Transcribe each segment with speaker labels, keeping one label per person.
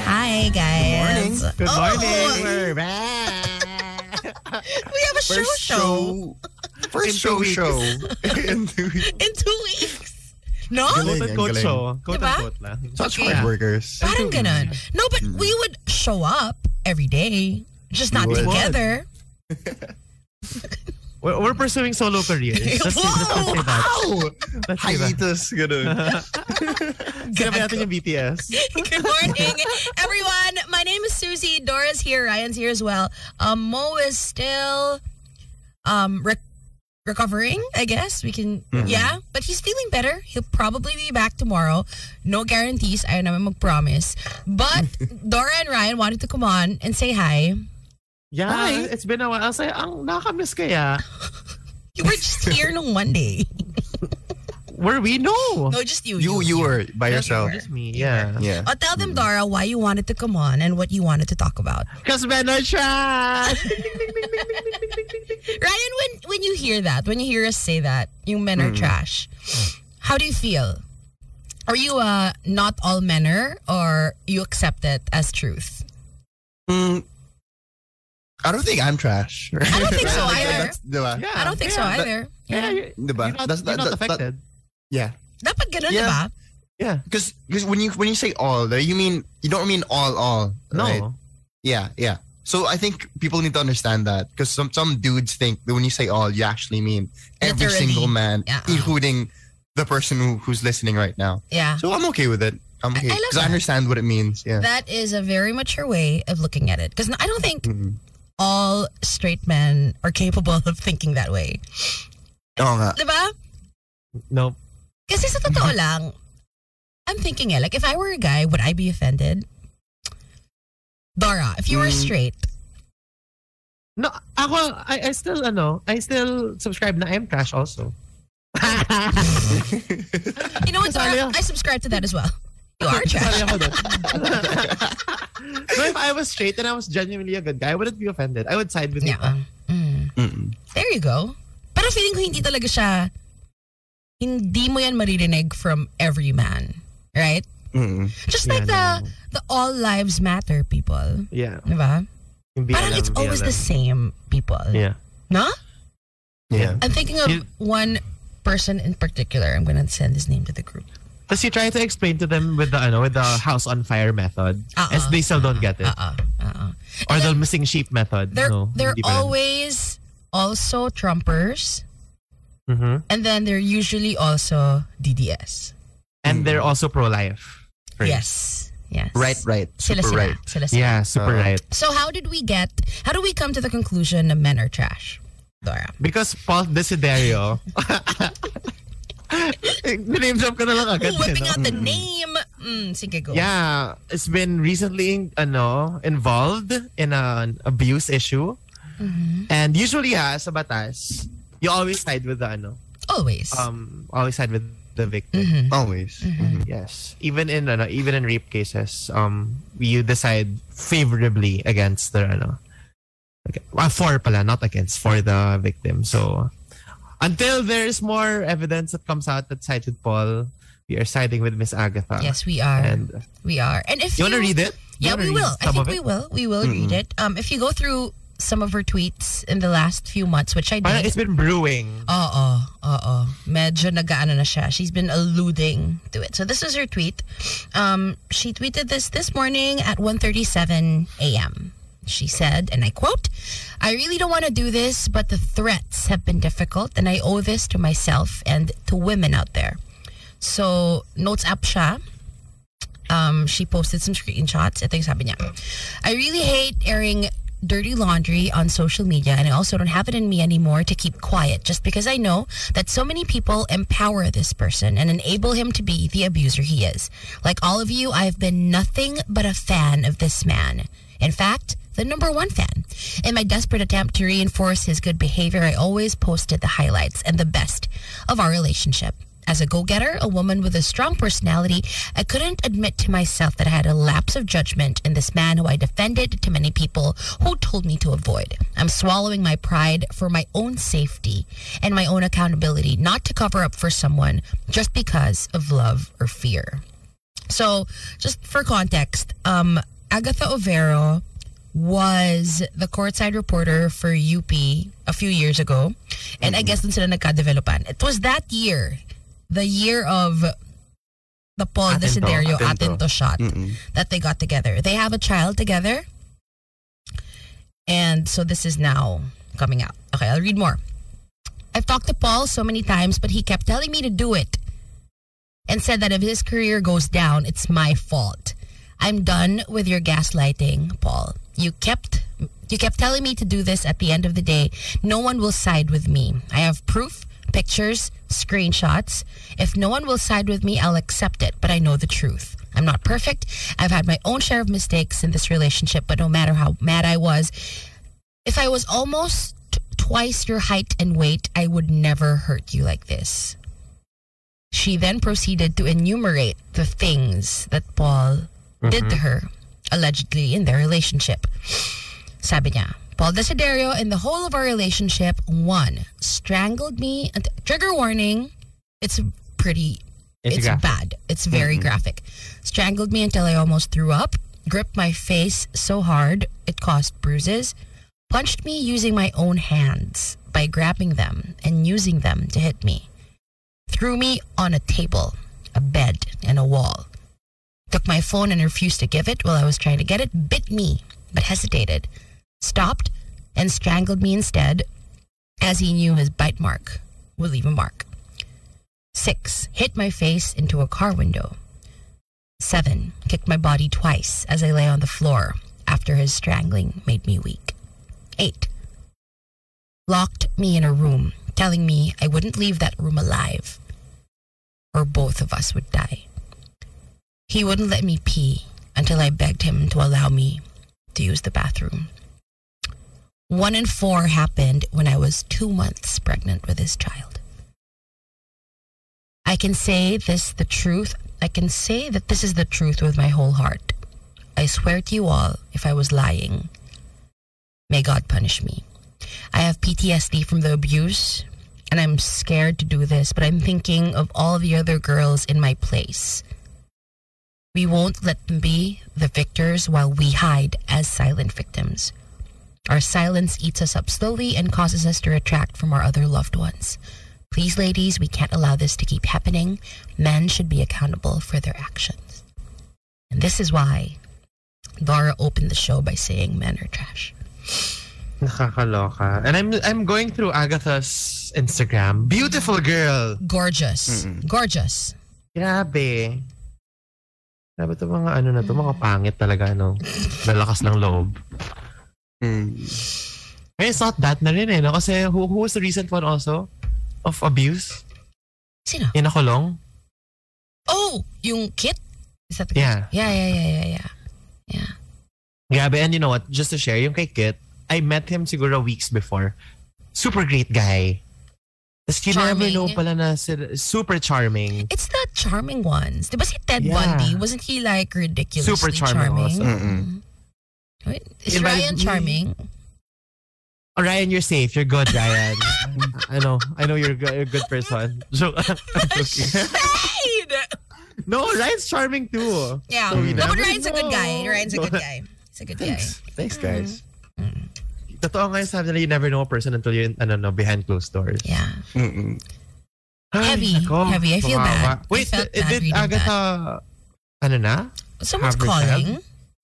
Speaker 1: Hi, guys. Oh,
Speaker 2: Morning. Oh.
Speaker 3: Good morning.
Speaker 2: We're back.
Speaker 1: We have a show show
Speaker 3: In
Speaker 2: First
Speaker 3: two
Speaker 2: show
Speaker 3: weeks.
Speaker 2: show. In two weeks.
Speaker 1: in two weeks. No?
Speaker 2: Galing, ang
Speaker 3: Quote-unquote
Speaker 2: galing.
Speaker 3: show. Quote-unquote
Speaker 1: Diba?
Speaker 3: lang.
Speaker 2: Such
Speaker 1: Okay.
Speaker 2: hard workers.
Speaker 1: Parang ganun. No, but we would show up every day. Just not
Speaker 2: We would.
Speaker 1: together.
Speaker 3: We're, we're pursuing solo careers. Let's see, let's just say that.
Speaker 2: Ow!
Speaker 3: Let's say that.
Speaker 2: Hiatus, ganun.
Speaker 3: Sinabi natin yung BTS.
Speaker 1: Good morning, everyone. My name is Susie. Dora's here. Ryan's here as well. Um, Mo is still um rec- recovering, I guess. We can, yeah. But he's feeling better. He'll probably be back tomorrow. No guarantees. I naman mag-promise. But Dora and Ryan wanted to come on and say hi.
Speaker 3: Yeah,
Speaker 2: Hi.
Speaker 3: it's been a while. I'll say, ang nakamiss kaya.
Speaker 1: You were just here no one day.
Speaker 3: Where we know.
Speaker 1: No, just you.
Speaker 2: You, you were by yourself.
Speaker 3: Just me, yeah.
Speaker 2: Yeah.
Speaker 1: Oh, tell them, Dora, why you wanted to come on and what you wanted to talk about.
Speaker 3: Because men are trash.
Speaker 1: Ryan, when when you hear that, when you hear us say that, you men are trash. How do you feel? Are you a not all menner, or you accept it as truth?
Speaker 2: Mm, I don't think I'm trash. I
Speaker 1: don't think so either.
Speaker 2: That's, diba?
Speaker 3: Yeah,
Speaker 1: I don't think
Speaker 3: yeah.
Speaker 1: so either.
Speaker 3: Yeah,
Speaker 1: Yeah,
Speaker 3: you're,
Speaker 2: Diba?
Speaker 3: you're not,
Speaker 2: That's- that-
Speaker 3: you're not
Speaker 2: that- that-
Speaker 3: affected.
Speaker 2: Yeah.
Speaker 1: dapat ganun
Speaker 2: Yeah.
Speaker 1: ba?
Speaker 3: yeah.
Speaker 2: Because when you when you say all, right, you mean you don't mean all all.
Speaker 3: No.
Speaker 2: right? Yeah, yeah. So I think people need to understand that because some some dudes think that when you say all, you actually mean every
Speaker 1: Literally.
Speaker 2: single man,
Speaker 1: Yeah.
Speaker 2: including the person who, who's listening right now.
Speaker 1: Yeah.
Speaker 2: So I'm okay with it. I'm okay
Speaker 1: I love
Speaker 2: because I,
Speaker 1: that.
Speaker 2: understand what it means. Yeah.
Speaker 1: That is a very mature way of looking at it because I don't think
Speaker 2: Mhm.
Speaker 1: all straight men are capable of thinking that way.
Speaker 2: Oo nga.
Speaker 1: Diba?
Speaker 3: No.
Speaker 1: Kasi sa totoo lang, I'm thinking eh, like if I were a guy, would I be offended? Dora, if you were
Speaker 2: Mm.
Speaker 1: straight,
Speaker 3: No, ako, I, I still, ano, I still subscribe na I'm trash also.
Speaker 1: you know what,
Speaker 3: Sorry,
Speaker 1: Dora?
Speaker 3: ah.
Speaker 1: I subscribe to that as well. You are trash.
Speaker 3: Sorry ako dun. so if I was straight and I was genuinely a good guy, I wouldn't be offended. I would side with you.
Speaker 1: Yeah. Mm.
Speaker 2: Mm-mm.
Speaker 1: There you go. Pero feeling ko hindi talaga siya, hindi mo yan maririnig from every man. Right?
Speaker 2: Mm-mm.
Speaker 1: Just
Speaker 3: Yeah,
Speaker 1: like the the all lives matter people.
Speaker 3: Yeah.
Speaker 1: Diba?
Speaker 3: Yung
Speaker 1: Parang Ah,
Speaker 3: BLM,
Speaker 1: it's always the
Speaker 3: BLM.
Speaker 1: same people.
Speaker 3: Yeah.
Speaker 1: No?
Speaker 2: Yeah.
Speaker 1: I'm thinking of
Speaker 3: You-
Speaker 1: one person in particular. I'm gonna send his name to the group.
Speaker 3: Because you try to explain to them with the, ano, with the house on fire method.
Speaker 1: Uh-uh.
Speaker 3: And they still don't get it.
Speaker 1: Uh-uh. Uh-uh.
Speaker 3: Or the missing sheep method.
Speaker 1: They're
Speaker 3: no,
Speaker 1: they're
Speaker 3: hindi pa rin.
Speaker 1: always also Trumpers,
Speaker 3: Mhm.
Speaker 1: and then they're usually also DDS.
Speaker 3: And they're also pro-life. Right.
Speaker 1: Yes, yes.
Speaker 2: Right, right.
Speaker 1: Sila
Speaker 2: Super
Speaker 1: sila.
Speaker 2: right.
Speaker 1: Sila sila.
Speaker 3: Yeah, super
Speaker 2: Uh-huh.
Speaker 3: right.
Speaker 1: So how did we get? How do we come to the conclusion that men are trash, Dora?
Speaker 3: Because Paul Desiderio. Name drop ko na lang agad.
Speaker 1: Ooh, whipping
Speaker 3: eh, no?
Speaker 1: out the name. Mm, sige go.
Speaker 3: Yeah, it's been recently ano, involved in an abuse issue.
Speaker 1: Mm-hmm.
Speaker 3: And usually ha, sa batas, you always side with the ano,
Speaker 1: Always.
Speaker 3: um always side with the victim.
Speaker 1: Mhm.
Speaker 2: Always. Mhm.
Speaker 3: Yes. Even in ano, even in rape cases, um you decide favorably against the ano. Okay. ah, for pala, not against for the victim. So until there is more evidence that comes out that sided Paul, we are siding with Miss Agatha.
Speaker 1: Yes, we are.
Speaker 3: And uh,
Speaker 1: we are. And if
Speaker 3: you want to read it? You
Speaker 1: Yeah,
Speaker 3: wanna
Speaker 1: we
Speaker 3: read
Speaker 1: will. I
Speaker 3: some
Speaker 1: think
Speaker 3: of
Speaker 1: we
Speaker 3: it? Mm-hmm.
Speaker 1: will. We will read it. Um, if you go through some of her tweets in the last few months, which I
Speaker 3: Parang
Speaker 1: did.
Speaker 3: it's been brewing.
Speaker 1: Oo, oo. Medyo Uh-uh, nagaano na siya. She's been alluding to it. So this is her tweet. Um, she tweeted this this morning at 1.37 a.m. She said, and I quote, I really don't want to do this, but the threats have been difficult and I owe this to myself and to women out there. So, notes up siya. Um, she posted some screenshots. Ito yung sabi niya. I really hate airing dirty laundry on social media and I also don't have it in me anymore to keep quiet just because I know that so many people empower this person and enable him to be the abuser he is. Like all of you, I've been nothing but a fan of this man. In fact, the number one fan. In my desperate attempt to reinforce his good behavior, I always posted the highlights and the best of our relationship. As a go getter, a woman with a strong personality, I couldn't admit to myself that I had a lapse of judgment in this man who I defended to many people who told me to avoid. I'm swallowing my pride for my own safety and my own accountability, not to cover up for someone just because of love or fear. So, just for context, um, Agatha Overo was the courtside reporter for UP a few years ago. And I guess dun sila nagka-developan. It was that year, the year of the Paul
Speaker 3: Atento,
Speaker 1: Desiderio
Speaker 3: Atento.
Speaker 1: Atento shot
Speaker 2: Mm-mm.
Speaker 1: that they got together. They have a child together. And so this is now coming out. Okay, I'll read more. I've talked to Paul so many times, but he kept telling me to do it and said that if his career goes down, it's my fault. I'm done with your gaslighting, Paul. You kept you kept telling me to do this at the end of the day. No one will side with me. I have proof, pictures, screenshots. If no one will side with me, I'll accept it, but I know the truth. I'm not perfect. I've had my own share of mistakes in this relationship, but no matter how mad I was, if I was almost t- twice your height and weight, I would never hurt you like this. She then proceeded to enumerate the things that Paul did to her, allegedly in their relationship. Sabi niya, Paul Desiderio, in the whole of our relationship, one, strangled me. and- Trigger warning, it's pretty,
Speaker 3: It's
Speaker 1: it's,
Speaker 3: graphic.
Speaker 1: bad. It's very graphic. Strangled me until I almost threw up, gripped my face so hard it caused bruises, punched me using my own hands by grabbing them and using them to hit me threw me on a table, a bed, and a wall. Took my phone and refused to give it while I was trying to get it, bit me, but hesitated, stopped, and strangled me instead, as he knew his bite mark would leave a mark. Six, hit my face into a car window. Seven, kicked my body twice as I lay on the floor after his strangling made me weak. Eight, locked me in a room, telling me I wouldn't leave that room alive or both of us would die. He wouldn't let me pee until I begged him to allow me to use the bathroom. One in four happened when I was two months pregnant with his child. I can say this the truth. I can say that this is the truth with my whole heart. I swear to you all, if I was lying, may God punish me. I have PTSD from the abuse, and I'm scared to do this, but I'm thinking of all the other girls in my place. We won't let them be the victors while we hide as silent victims. Our silence eats us up slowly and causes us to retract from our other loved ones. Please, ladies, we can't allow this to keep happening. Men should be accountable for their actions. And this is why Laura opened the show by saying men are trash.
Speaker 3: Nakakaloka. And I'm I'm going through Agatha's Instagram. Beautiful girl.
Speaker 1: Gorgeous. Gorgeous.
Speaker 3: Grabe. Grabe to mga ano na to, mga pangit talaga, ano. Nalakas ng loob.
Speaker 2: Mm.
Speaker 3: Eh, it's not that na rin eh, no? Kasi who, who was the recent one also? Of abuse?
Speaker 1: Sino?
Speaker 3: Inakulong?
Speaker 1: Oh, yung kit? Is that the
Speaker 3: Yeah.
Speaker 1: kit? Yeah, yeah, yeah, yeah, yeah. Yeah.
Speaker 3: Grabe, and you know what? Just to share, yung kay Kit, I met him siguro weeks before. Super great guy. Tapos you never
Speaker 1: Charming.
Speaker 3: know pala na sila- super charming.
Speaker 1: It's the charming ones. Diba si Ted
Speaker 3: Yeah.
Speaker 1: Bundy? Wasn't he like ridiculously
Speaker 3: Super charming also.
Speaker 2: Mm-mm.
Speaker 1: Wait, Is
Speaker 3: Invalid-
Speaker 1: Ryan charming?
Speaker 3: Oh, Ryan, you're safe. You're good, Ryan. I know. I know you're, go- you're a good person. Joke. I'm joking.
Speaker 1: Shade!
Speaker 3: no, Ryan's charming too.
Speaker 1: Yeah.
Speaker 3: So we
Speaker 1: no, but
Speaker 3: never
Speaker 1: Ryan's a good guy.
Speaker 3: know.
Speaker 1: Ryan's a good guy. He's a good guy.
Speaker 2: Thanks, guys.
Speaker 3: Totoo nga yung sabi nila, you never know a person until you're in, ano, no, behind closed doors.
Speaker 1: Yeah. Mm-hmm.
Speaker 2: Mm-mm.
Speaker 3: Ay,
Speaker 1: Heavy.
Speaker 3: nako.
Speaker 1: Heavy. I feel
Speaker 3: Kawawa.
Speaker 1: bad. I
Speaker 3: Wait,
Speaker 1: felt
Speaker 3: did,
Speaker 1: bad
Speaker 3: did
Speaker 1: reading
Speaker 3: Agatha, ano na?
Speaker 1: Someone's
Speaker 3: Have her
Speaker 1: calling.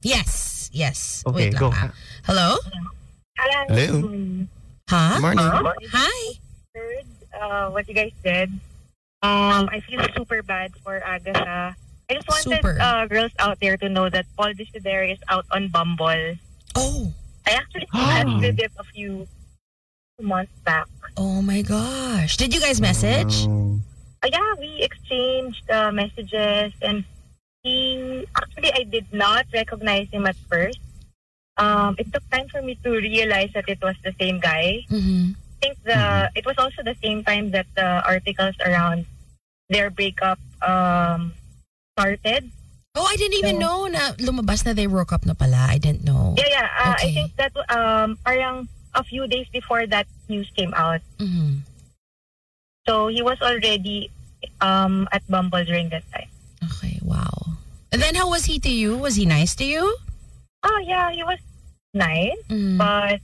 Speaker 1: Yes. Yes.
Speaker 3: Okay,
Speaker 1: Wait lang ah.
Speaker 3: go.
Speaker 1: ha. Hello?
Speaker 2: Hello. Good
Speaker 1: Huh?
Speaker 2: morning.
Speaker 1: Hi.
Speaker 4: heard uh, what you guys did. Um, I feel super bad for Agatha. I just wanted
Speaker 1: Super.
Speaker 4: uh, girls out there to know that Paul Desideri is out on Bumble. I
Speaker 1: Oh.
Speaker 4: actually accepted it a few months back.
Speaker 1: Oh my gosh. Did you guys message?
Speaker 2: Wow.
Speaker 4: Uh, yeah, we exchanged uh, messages, and he actually I did not recognize him at first. Um, it took time for me to realize that it was the same guy.
Speaker 1: Mm-hmm.
Speaker 4: think the it was also the same time that the articles around their breakup um, started.
Speaker 1: Oh, I didn't even
Speaker 4: So-
Speaker 1: know na lumabas na they broke up na pala. I didn't know.
Speaker 4: Yeah, yeah. Uh, I
Speaker 1: Okay.
Speaker 4: think that um, parang a few days before that news came out,
Speaker 1: Mhm.
Speaker 4: so he was already um, at Bumble during that time.
Speaker 1: Okay, wow. And then how was he to you? Was he nice to you?
Speaker 4: oh yeah, he was nice,
Speaker 1: Mm.
Speaker 4: but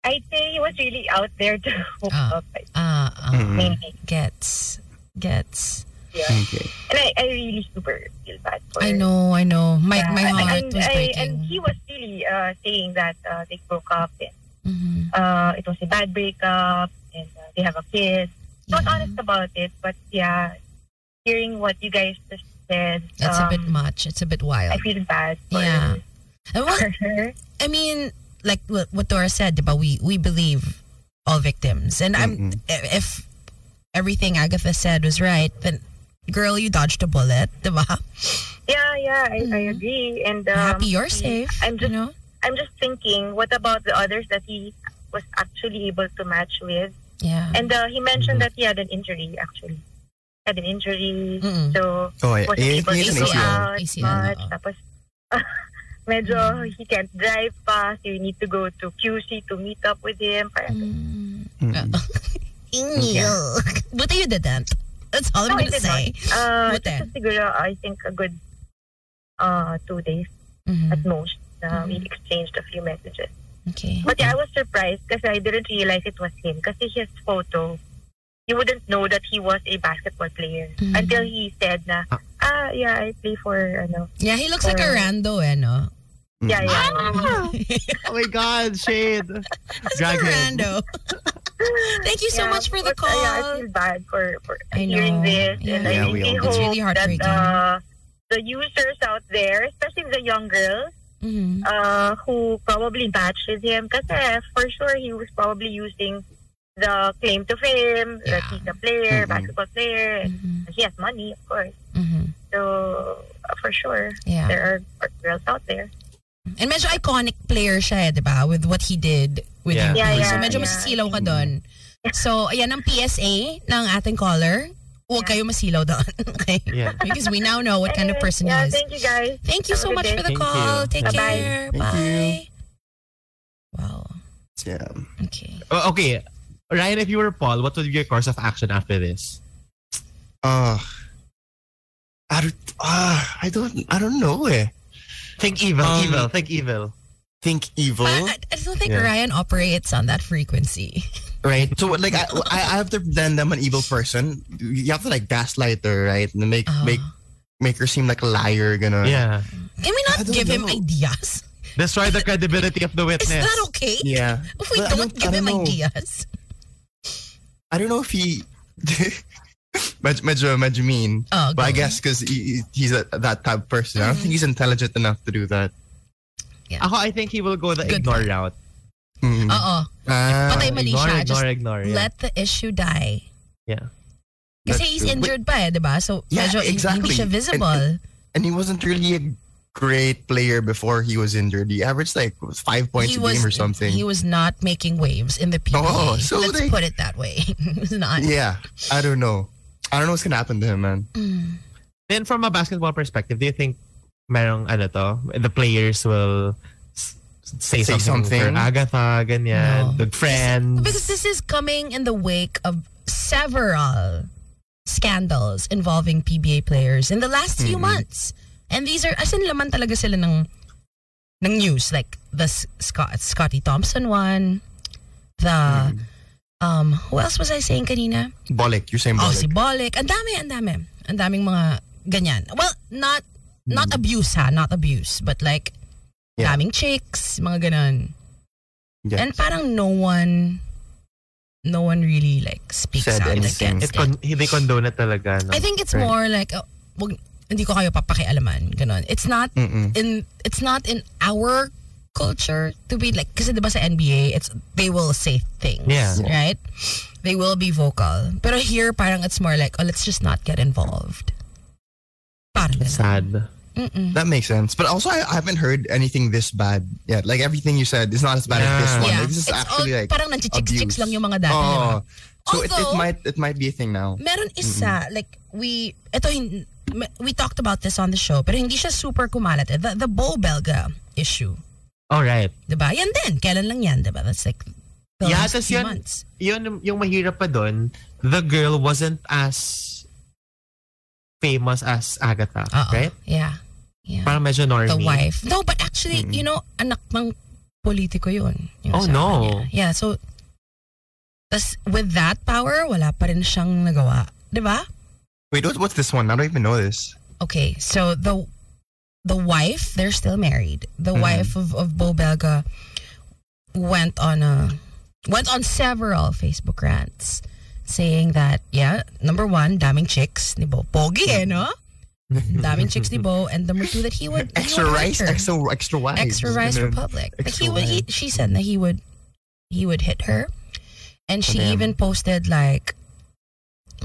Speaker 4: I'd say he was really out there to hook
Speaker 1: Ah.
Speaker 4: up. I
Speaker 1: Ah, ah,
Speaker 2: Mm.
Speaker 4: Mainly,
Speaker 1: gets, gets.
Speaker 4: yeah.
Speaker 2: Okay.
Speaker 4: And I, I really super feel bad for.
Speaker 1: I know, I know. My
Speaker 4: Yeah,
Speaker 1: my
Speaker 4: and-
Speaker 1: heart
Speaker 4: and,
Speaker 1: was
Speaker 4: I-
Speaker 1: breaking.
Speaker 4: and he was really uh, saying that uh, they broke up and
Speaker 1: Mhm.
Speaker 4: uh, it was a bad breakup and uh, they have a kiss. Not
Speaker 1: Yeah.
Speaker 4: honest about it, but yeah, hearing what you guys just said,
Speaker 1: It's a bit
Speaker 4: um,
Speaker 1: much. It's a bit wild.
Speaker 4: I feel bad for,
Speaker 1: Yeah. And what-
Speaker 4: for her.
Speaker 1: I mean, like what, what Dora said, diba, we we believe all victims, and I'm
Speaker 2: Mm-mm.
Speaker 1: if everything Agatha said was right, then girl, you dodged a bullet, diba?
Speaker 4: Um, Yeah, yeah, I, I
Speaker 1: Mhm.
Speaker 4: agree. And um,
Speaker 1: Happy you're
Speaker 4: he-
Speaker 1: safe.
Speaker 4: I'm
Speaker 1: you
Speaker 4: just,
Speaker 1: know.
Speaker 4: I'm just thinking, what about the others that he was actually able to match with?
Speaker 1: Yeah.
Speaker 4: And uh, he mentioned
Speaker 1: Mm-hmm.
Speaker 4: that he had an injury. Actually, had an injury.
Speaker 1: Mm-mm.
Speaker 4: So
Speaker 2: Oh, yeah.
Speaker 4: was
Speaker 2: It
Speaker 4: able
Speaker 2: needs
Speaker 1: Easy
Speaker 2: an
Speaker 4: to go
Speaker 2: ACL.
Speaker 4: out
Speaker 1: ACL,
Speaker 4: much.
Speaker 1: oo.
Speaker 4: Ah, Tapos, medyo he can't drive pa, so you need to go to QC to meet up with him. Parang, Mm-hmm.
Speaker 1: Mm.
Speaker 2: Mm-mm.
Speaker 1: Ew. Buti you didn't. That's all I'm
Speaker 4: No, I
Speaker 1: gonna
Speaker 4: did
Speaker 1: say.
Speaker 4: not. Uh,
Speaker 1: What
Speaker 4: this
Speaker 1: then?
Speaker 4: was siguro, I think, a good uh, two days at
Speaker 1: Mhm.
Speaker 4: most. Uh, We
Speaker 1: Mhm.
Speaker 4: exchanged a few messages.
Speaker 1: Okay.
Speaker 4: But yeah, I was surprised because I didn't realize it was him. Because his photo, you wouldn't know that he was a basketball player
Speaker 1: Mhm.
Speaker 4: until he said na, ah, yeah, I play for, ano,
Speaker 1: Yeah, he looks like a
Speaker 4: Or-
Speaker 1: rando, eh, no?
Speaker 4: yeah, yeah.
Speaker 3: oh my God, shade. Drag him.
Speaker 1: rando. Thank you so
Speaker 4: Yeah,
Speaker 1: much for the
Speaker 4: but, uh, yeah, I
Speaker 1: call.
Speaker 4: feel bad for, for
Speaker 1: I
Speaker 4: hearing
Speaker 1: know.
Speaker 4: this. And
Speaker 1: Yeah.
Speaker 2: Yeah,
Speaker 4: I
Speaker 2: we
Speaker 4: really
Speaker 2: all do.
Speaker 4: hope
Speaker 1: It's really
Speaker 4: that
Speaker 1: heartbreaking.
Speaker 4: uh, the users out there, especially the young girls
Speaker 1: Mhm.
Speaker 4: uh, who probably matched with him, because for sure he was probably using the claim to fame, that
Speaker 1: Yeah.
Speaker 4: he's a player,
Speaker 2: Mhm.
Speaker 4: basketball player, and
Speaker 1: Mhm.
Speaker 4: he has money, of course.
Speaker 1: Mhm.
Speaker 4: So, uh, for sure,
Speaker 1: Yeah.
Speaker 4: there are girls out there.
Speaker 1: And medyo iconic player siya eh, di ba? With what he did with
Speaker 3: Yeah.
Speaker 1: you.
Speaker 4: Yeah,
Speaker 1: so
Speaker 4: yeah,
Speaker 1: medyo
Speaker 4: yeah.
Speaker 1: masisilaw ka doon. So, ayan ang PSA ng ating caller. Huwag
Speaker 4: Yeah.
Speaker 1: kayo masilaw doon. okay?
Speaker 3: Yeah.
Speaker 1: Because we now know what kind of
Speaker 4: Anyway,
Speaker 1: person
Speaker 4: yeah,
Speaker 1: he is.
Speaker 4: Thank you guys.
Speaker 1: Thank you
Speaker 4: Have a
Speaker 1: so
Speaker 4: good
Speaker 1: much
Speaker 4: day.
Speaker 1: for the
Speaker 3: Thank
Speaker 1: call.
Speaker 3: you.
Speaker 1: Take
Speaker 4: Bye-bye.
Speaker 1: care.
Speaker 2: Thank
Speaker 1: Bye. Wow.
Speaker 2: Yeah.
Speaker 1: Okay.
Speaker 3: Oh, Okay, Ryan, if you were Paul, what would be your course of action after this?
Speaker 2: Uh, I don't, uh, I don't, I don't know. Eh.
Speaker 3: Think evil,
Speaker 2: Um,
Speaker 3: evil, think evil.
Speaker 2: Think evil,
Speaker 1: But I, I don't think
Speaker 3: Yeah.
Speaker 1: Ryan operates on that frequency.
Speaker 2: right? So like, I, I I have to pretend I'm an evil person. You have to like gaslight her, right? And make
Speaker 1: Ah.
Speaker 2: make make her seem like a liar, gonna.
Speaker 3: Yeah.
Speaker 1: Can we
Speaker 2: I
Speaker 1: not
Speaker 2: don't
Speaker 1: give him
Speaker 2: know.
Speaker 1: ideas?
Speaker 3: Destroy the credibility of the
Speaker 1: Is
Speaker 3: witness.
Speaker 1: that okay?
Speaker 2: Yeah.
Speaker 1: If we
Speaker 2: But I
Speaker 1: don't,
Speaker 2: don't- I
Speaker 1: give him
Speaker 2: don't know.
Speaker 1: ideas.
Speaker 2: I don't know if he. Medyo, medyo, medyo mean.
Speaker 1: Oh,
Speaker 2: But I
Speaker 1: go.
Speaker 2: guess because he, he's a, that type of person. I don't
Speaker 1: Mhm.
Speaker 2: think he's intelligent enough to do that.
Speaker 3: Ako, I think he will go the
Speaker 1: Good
Speaker 3: ignore
Speaker 1: point.
Speaker 3: route.
Speaker 2: Mm.
Speaker 1: Oo.
Speaker 2: Ah,
Speaker 1: Patay mali
Speaker 3: ignore,
Speaker 1: siya.
Speaker 3: ignore, ignore. Yeah.
Speaker 1: Uh-uh. Let the issue die.
Speaker 3: Yeah.
Speaker 1: Kasi
Speaker 2: That's
Speaker 1: he's
Speaker 2: true.
Speaker 1: injured pa eh, di ba? So,
Speaker 2: Yeah,
Speaker 1: medyo hin- hindi
Speaker 2: exactly.
Speaker 1: siya visible.
Speaker 2: and he wasn't really a great player before he was injured. He averaged like five points
Speaker 1: he
Speaker 2: a
Speaker 1: was,
Speaker 2: game or something.
Speaker 1: He was not making waves in the PBA.
Speaker 2: Oh, so
Speaker 1: Let's
Speaker 2: they-
Speaker 1: put it that way. he was not.
Speaker 2: yeah, I don't know. I don't know what's gonna happen to him, man.
Speaker 1: Mm.
Speaker 3: Then from a basketball perspective, do you think merong ano to, the players will s- say,
Speaker 2: Say
Speaker 3: something,
Speaker 2: something?
Speaker 3: for Agatha, ganyan,
Speaker 1: No.
Speaker 3: the friends.
Speaker 1: Because this is coming in the wake of several scandals involving PBA players in the last few
Speaker 2: Mhm.
Speaker 1: months. And these are, as in laman talaga sila ng, ng news. Like the S- Scott, Scotty Thompson one, the, um, who else was I saying kanina?
Speaker 2: Bollock, you're saying
Speaker 1: Oh, si
Speaker 2: Bollock.
Speaker 1: Bolek. Ang dami, ang dami. Ang daming mga ganyan. Well, not not abuse ha, not abuse, but like
Speaker 2: Hmm. Yeah.
Speaker 1: daming chicks, mga ganun.
Speaker 2: Yeah.
Speaker 1: And parang no one no one really like speaks
Speaker 2: Said
Speaker 1: out
Speaker 2: anything.
Speaker 1: against
Speaker 3: It
Speaker 1: it.
Speaker 3: con- they condone it talaga. No?
Speaker 1: I think it's
Speaker 2: Right.
Speaker 1: more like oh, wag, hindi ko kayo papakialaman, ganun. It's not
Speaker 2: Mm-mm.
Speaker 1: in it's not in our culture to be like kasi 'di ba sa NBA it's they will say things
Speaker 3: Yeah.
Speaker 1: right they will be vocal pero here parang it's more like oh let's just not get involved parang
Speaker 3: It's
Speaker 1: ganun.
Speaker 3: sad.
Speaker 1: Mm-mm.
Speaker 2: That makes sense. But also, I, I haven't heard anything this bad yet. Like everything you said is not as bad as
Speaker 3: Yeah.
Speaker 2: this one.
Speaker 1: yeah
Speaker 2: Like, this is
Speaker 1: it's
Speaker 2: actually
Speaker 1: all,
Speaker 2: like
Speaker 1: parang nanchichicks-chicks
Speaker 2: abuse.
Speaker 1: lang yung mga dati diba?
Speaker 2: oh. So it,
Speaker 1: Although-
Speaker 2: it might it might be a thing now.
Speaker 1: meron isa, like, we, ito, hin- me- we talked about this on the show, pero hindi siya super kumalat. eh. The, the Bo Belga issue,
Speaker 3: All right.
Speaker 1: diba? Yan din, kailan lang yan, diba? That's like, the
Speaker 3: Yeah,
Speaker 1: last
Speaker 3: tas
Speaker 1: few
Speaker 3: yun-
Speaker 1: months.
Speaker 3: Yun, yung mahirap pa doon, the girl wasn't as famous as Agatha,
Speaker 1: Oo.
Speaker 3: right?
Speaker 1: Yeah. Yeah.
Speaker 3: Parang medyo normie.
Speaker 1: Ah, the wife. No, but actually, you know, anak ng politiko yun. Yung
Speaker 3: Oh,
Speaker 1: asawa
Speaker 3: no.
Speaker 1: niya. Yeah, so, tas with that power, wala pa rin siyang nagawa. 'Di ba?
Speaker 2: Wait, what- what's this one? I don't even know this.
Speaker 1: Okay, so the the wife, they're still married. The
Speaker 2: Mm-hmm.
Speaker 1: wife of, of Bo Belga went on a went on several Facebook rants saying that, yeah, number one, daming chicks ni Bo. Pogi eh, no? daming chicks ni Bo. And number two, that he would... he
Speaker 2: Mm-hmm. Extra
Speaker 1: would like
Speaker 2: rice, Mm-hmm.
Speaker 1: her.
Speaker 2: extra extra wide.
Speaker 1: Extra Rice Republic. Like
Speaker 2: Extra
Speaker 1: he would, he,
Speaker 2: wide.
Speaker 1: she said that he would, he would hit her, and she
Speaker 2: Oh, Damn.
Speaker 1: even posted like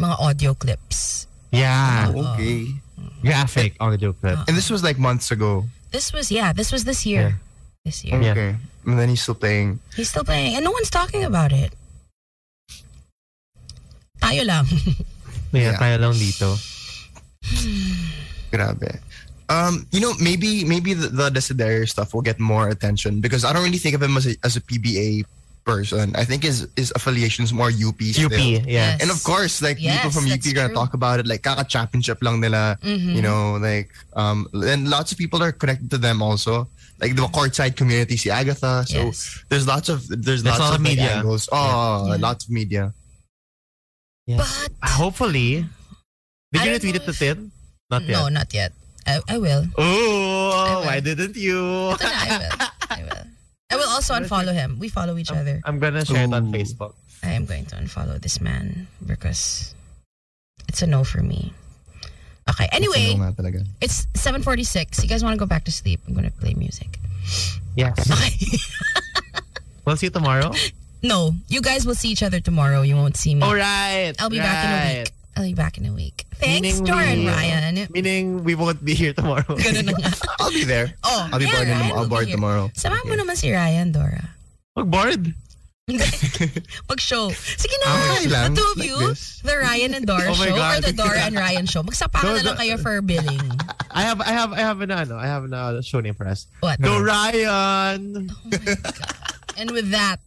Speaker 1: mga audio clips.
Speaker 3: Yeah.
Speaker 1: Ah.
Speaker 2: Ah,
Speaker 1: Oh.
Speaker 2: Okay.
Speaker 3: Graphic Oh, audio clip.
Speaker 2: And this was like months ago.
Speaker 1: This was yeah, this was this year.
Speaker 3: Yeah. Mm.
Speaker 1: This year,
Speaker 3: Yeah.
Speaker 2: Okay. And then he's still playing.
Speaker 1: he's still playing, and no one's talking about it. Tayo lang.
Speaker 3: Yeah,
Speaker 2: Yeah.
Speaker 3: tayo lang dito.
Speaker 2: Grabe. Um, you know, maybe maybe the, the Desiderio stuff will get more attention because I don't really think of him as a, as a PBA person. I think his his affiliation is more UP. Still.
Speaker 3: UP, yeah.
Speaker 1: Yes.
Speaker 2: And of course, like
Speaker 1: Yes,
Speaker 2: people from UP
Speaker 1: that's
Speaker 2: are gonna
Speaker 1: true.
Speaker 2: talk about it, like kaka championship lang nila,
Speaker 1: Mm-hmm.
Speaker 2: you know, like um, and lots of people are connected to them also, like the courtside community, si Agatha. So
Speaker 1: Yes.
Speaker 2: there's lots of there's
Speaker 3: That's
Speaker 2: lots
Speaker 3: all
Speaker 2: of
Speaker 3: the
Speaker 2: like,
Speaker 3: media.
Speaker 2: angles. Oh,
Speaker 1: Yeah.
Speaker 2: lots of media.
Speaker 3: Yeah.
Speaker 1: But
Speaker 3: Hopefully. Did
Speaker 1: I
Speaker 3: you
Speaker 1: don't
Speaker 3: retweet it
Speaker 1: know
Speaker 3: to Tim? Not
Speaker 1: no,
Speaker 3: yet.
Speaker 1: not yet. I, I will.
Speaker 3: Oh,
Speaker 1: will.
Speaker 3: why didn't you?
Speaker 1: Ito na, I will. I will. I will also unfollow him. We follow each other.
Speaker 3: I'm gonna share it on
Speaker 2: Ooh.
Speaker 3: Facebook.
Speaker 1: I am going to unfollow this man because it's a no for me. Okay. Anyway,
Speaker 2: Ano nga talaga.
Speaker 1: it's 7:46. You guys want to go back to sleep? I'm going to play music.
Speaker 3: Yes.
Speaker 1: Okay.
Speaker 3: We'll see you tomorrow.
Speaker 1: no, you guys will see each other tomorrow. You won't see me.
Speaker 3: All right.
Speaker 1: I'll be back in a week. I'll be back in a week. Thanks,
Speaker 3: Meaning
Speaker 1: Jordan
Speaker 3: we-
Speaker 1: Ryan.
Speaker 3: Meaning we won't be here tomorrow.
Speaker 1: Ganun na nga.
Speaker 2: I'll be there.
Speaker 1: Oh,
Speaker 2: I'll be
Speaker 1: yeah,
Speaker 2: bored.
Speaker 1: Ryan
Speaker 2: I'll
Speaker 1: will
Speaker 2: be bored
Speaker 1: be here.
Speaker 2: tomorrow.
Speaker 1: Samahan mo naman si Ryan, Dora.
Speaker 3: Wag bored.
Speaker 1: Mag-show. Sige na.
Speaker 2: Okay lang,
Speaker 1: the two of
Speaker 2: like
Speaker 1: you,
Speaker 2: this.
Speaker 1: the Ryan and Dora
Speaker 3: Oh my
Speaker 1: show or
Speaker 3: God.
Speaker 1: the Dora and Ryan show. Magsapakan
Speaker 3: No,
Speaker 1: na lang
Speaker 3: no.
Speaker 1: kayo for billing.
Speaker 3: I have I have I have an ano, I have an uh, show name for us.
Speaker 1: What?
Speaker 3: Dorian.
Speaker 1: And with that,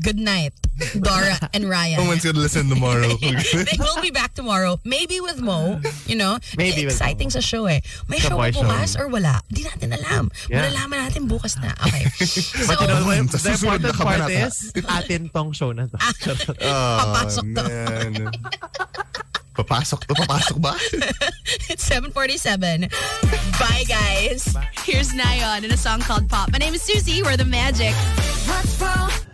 Speaker 1: good night, Dora and Ryan.
Speaker 2: No one's gonna listen tomorrow.
Speaker 1: they will be back tomorrow. Maybe with Mo, you know.
Speaker 3: Maybe with
Speaker 1: Exciting sa show eh. May
Speaker 3: Sa
Speaker 1: show ba
Speaker 3: boy show.
Speaker 1: bukas or wala? Hindi natin alam.
Speaker 3: Yeah.
Speaker 1: Malalaman natin bukas na. Okay. so,
Speaker 3: But you know,
Speaker 2: Dorian, tas
Speaker 3: the
Speaker 2: susunod na
Speaker 3: important part
Speaker 2: kabanata.
Speaker 3: is, atin tong show na to.
Speaker 1: Papasok to.
Speaker 2: Oh, man. papasok to, papasok ba?
Speaker 1: it's 7.47. Bye, guys. Here's Nyon in a song called Pop. My name is Susie. We're the Magic.
Speaker 5: What's wrong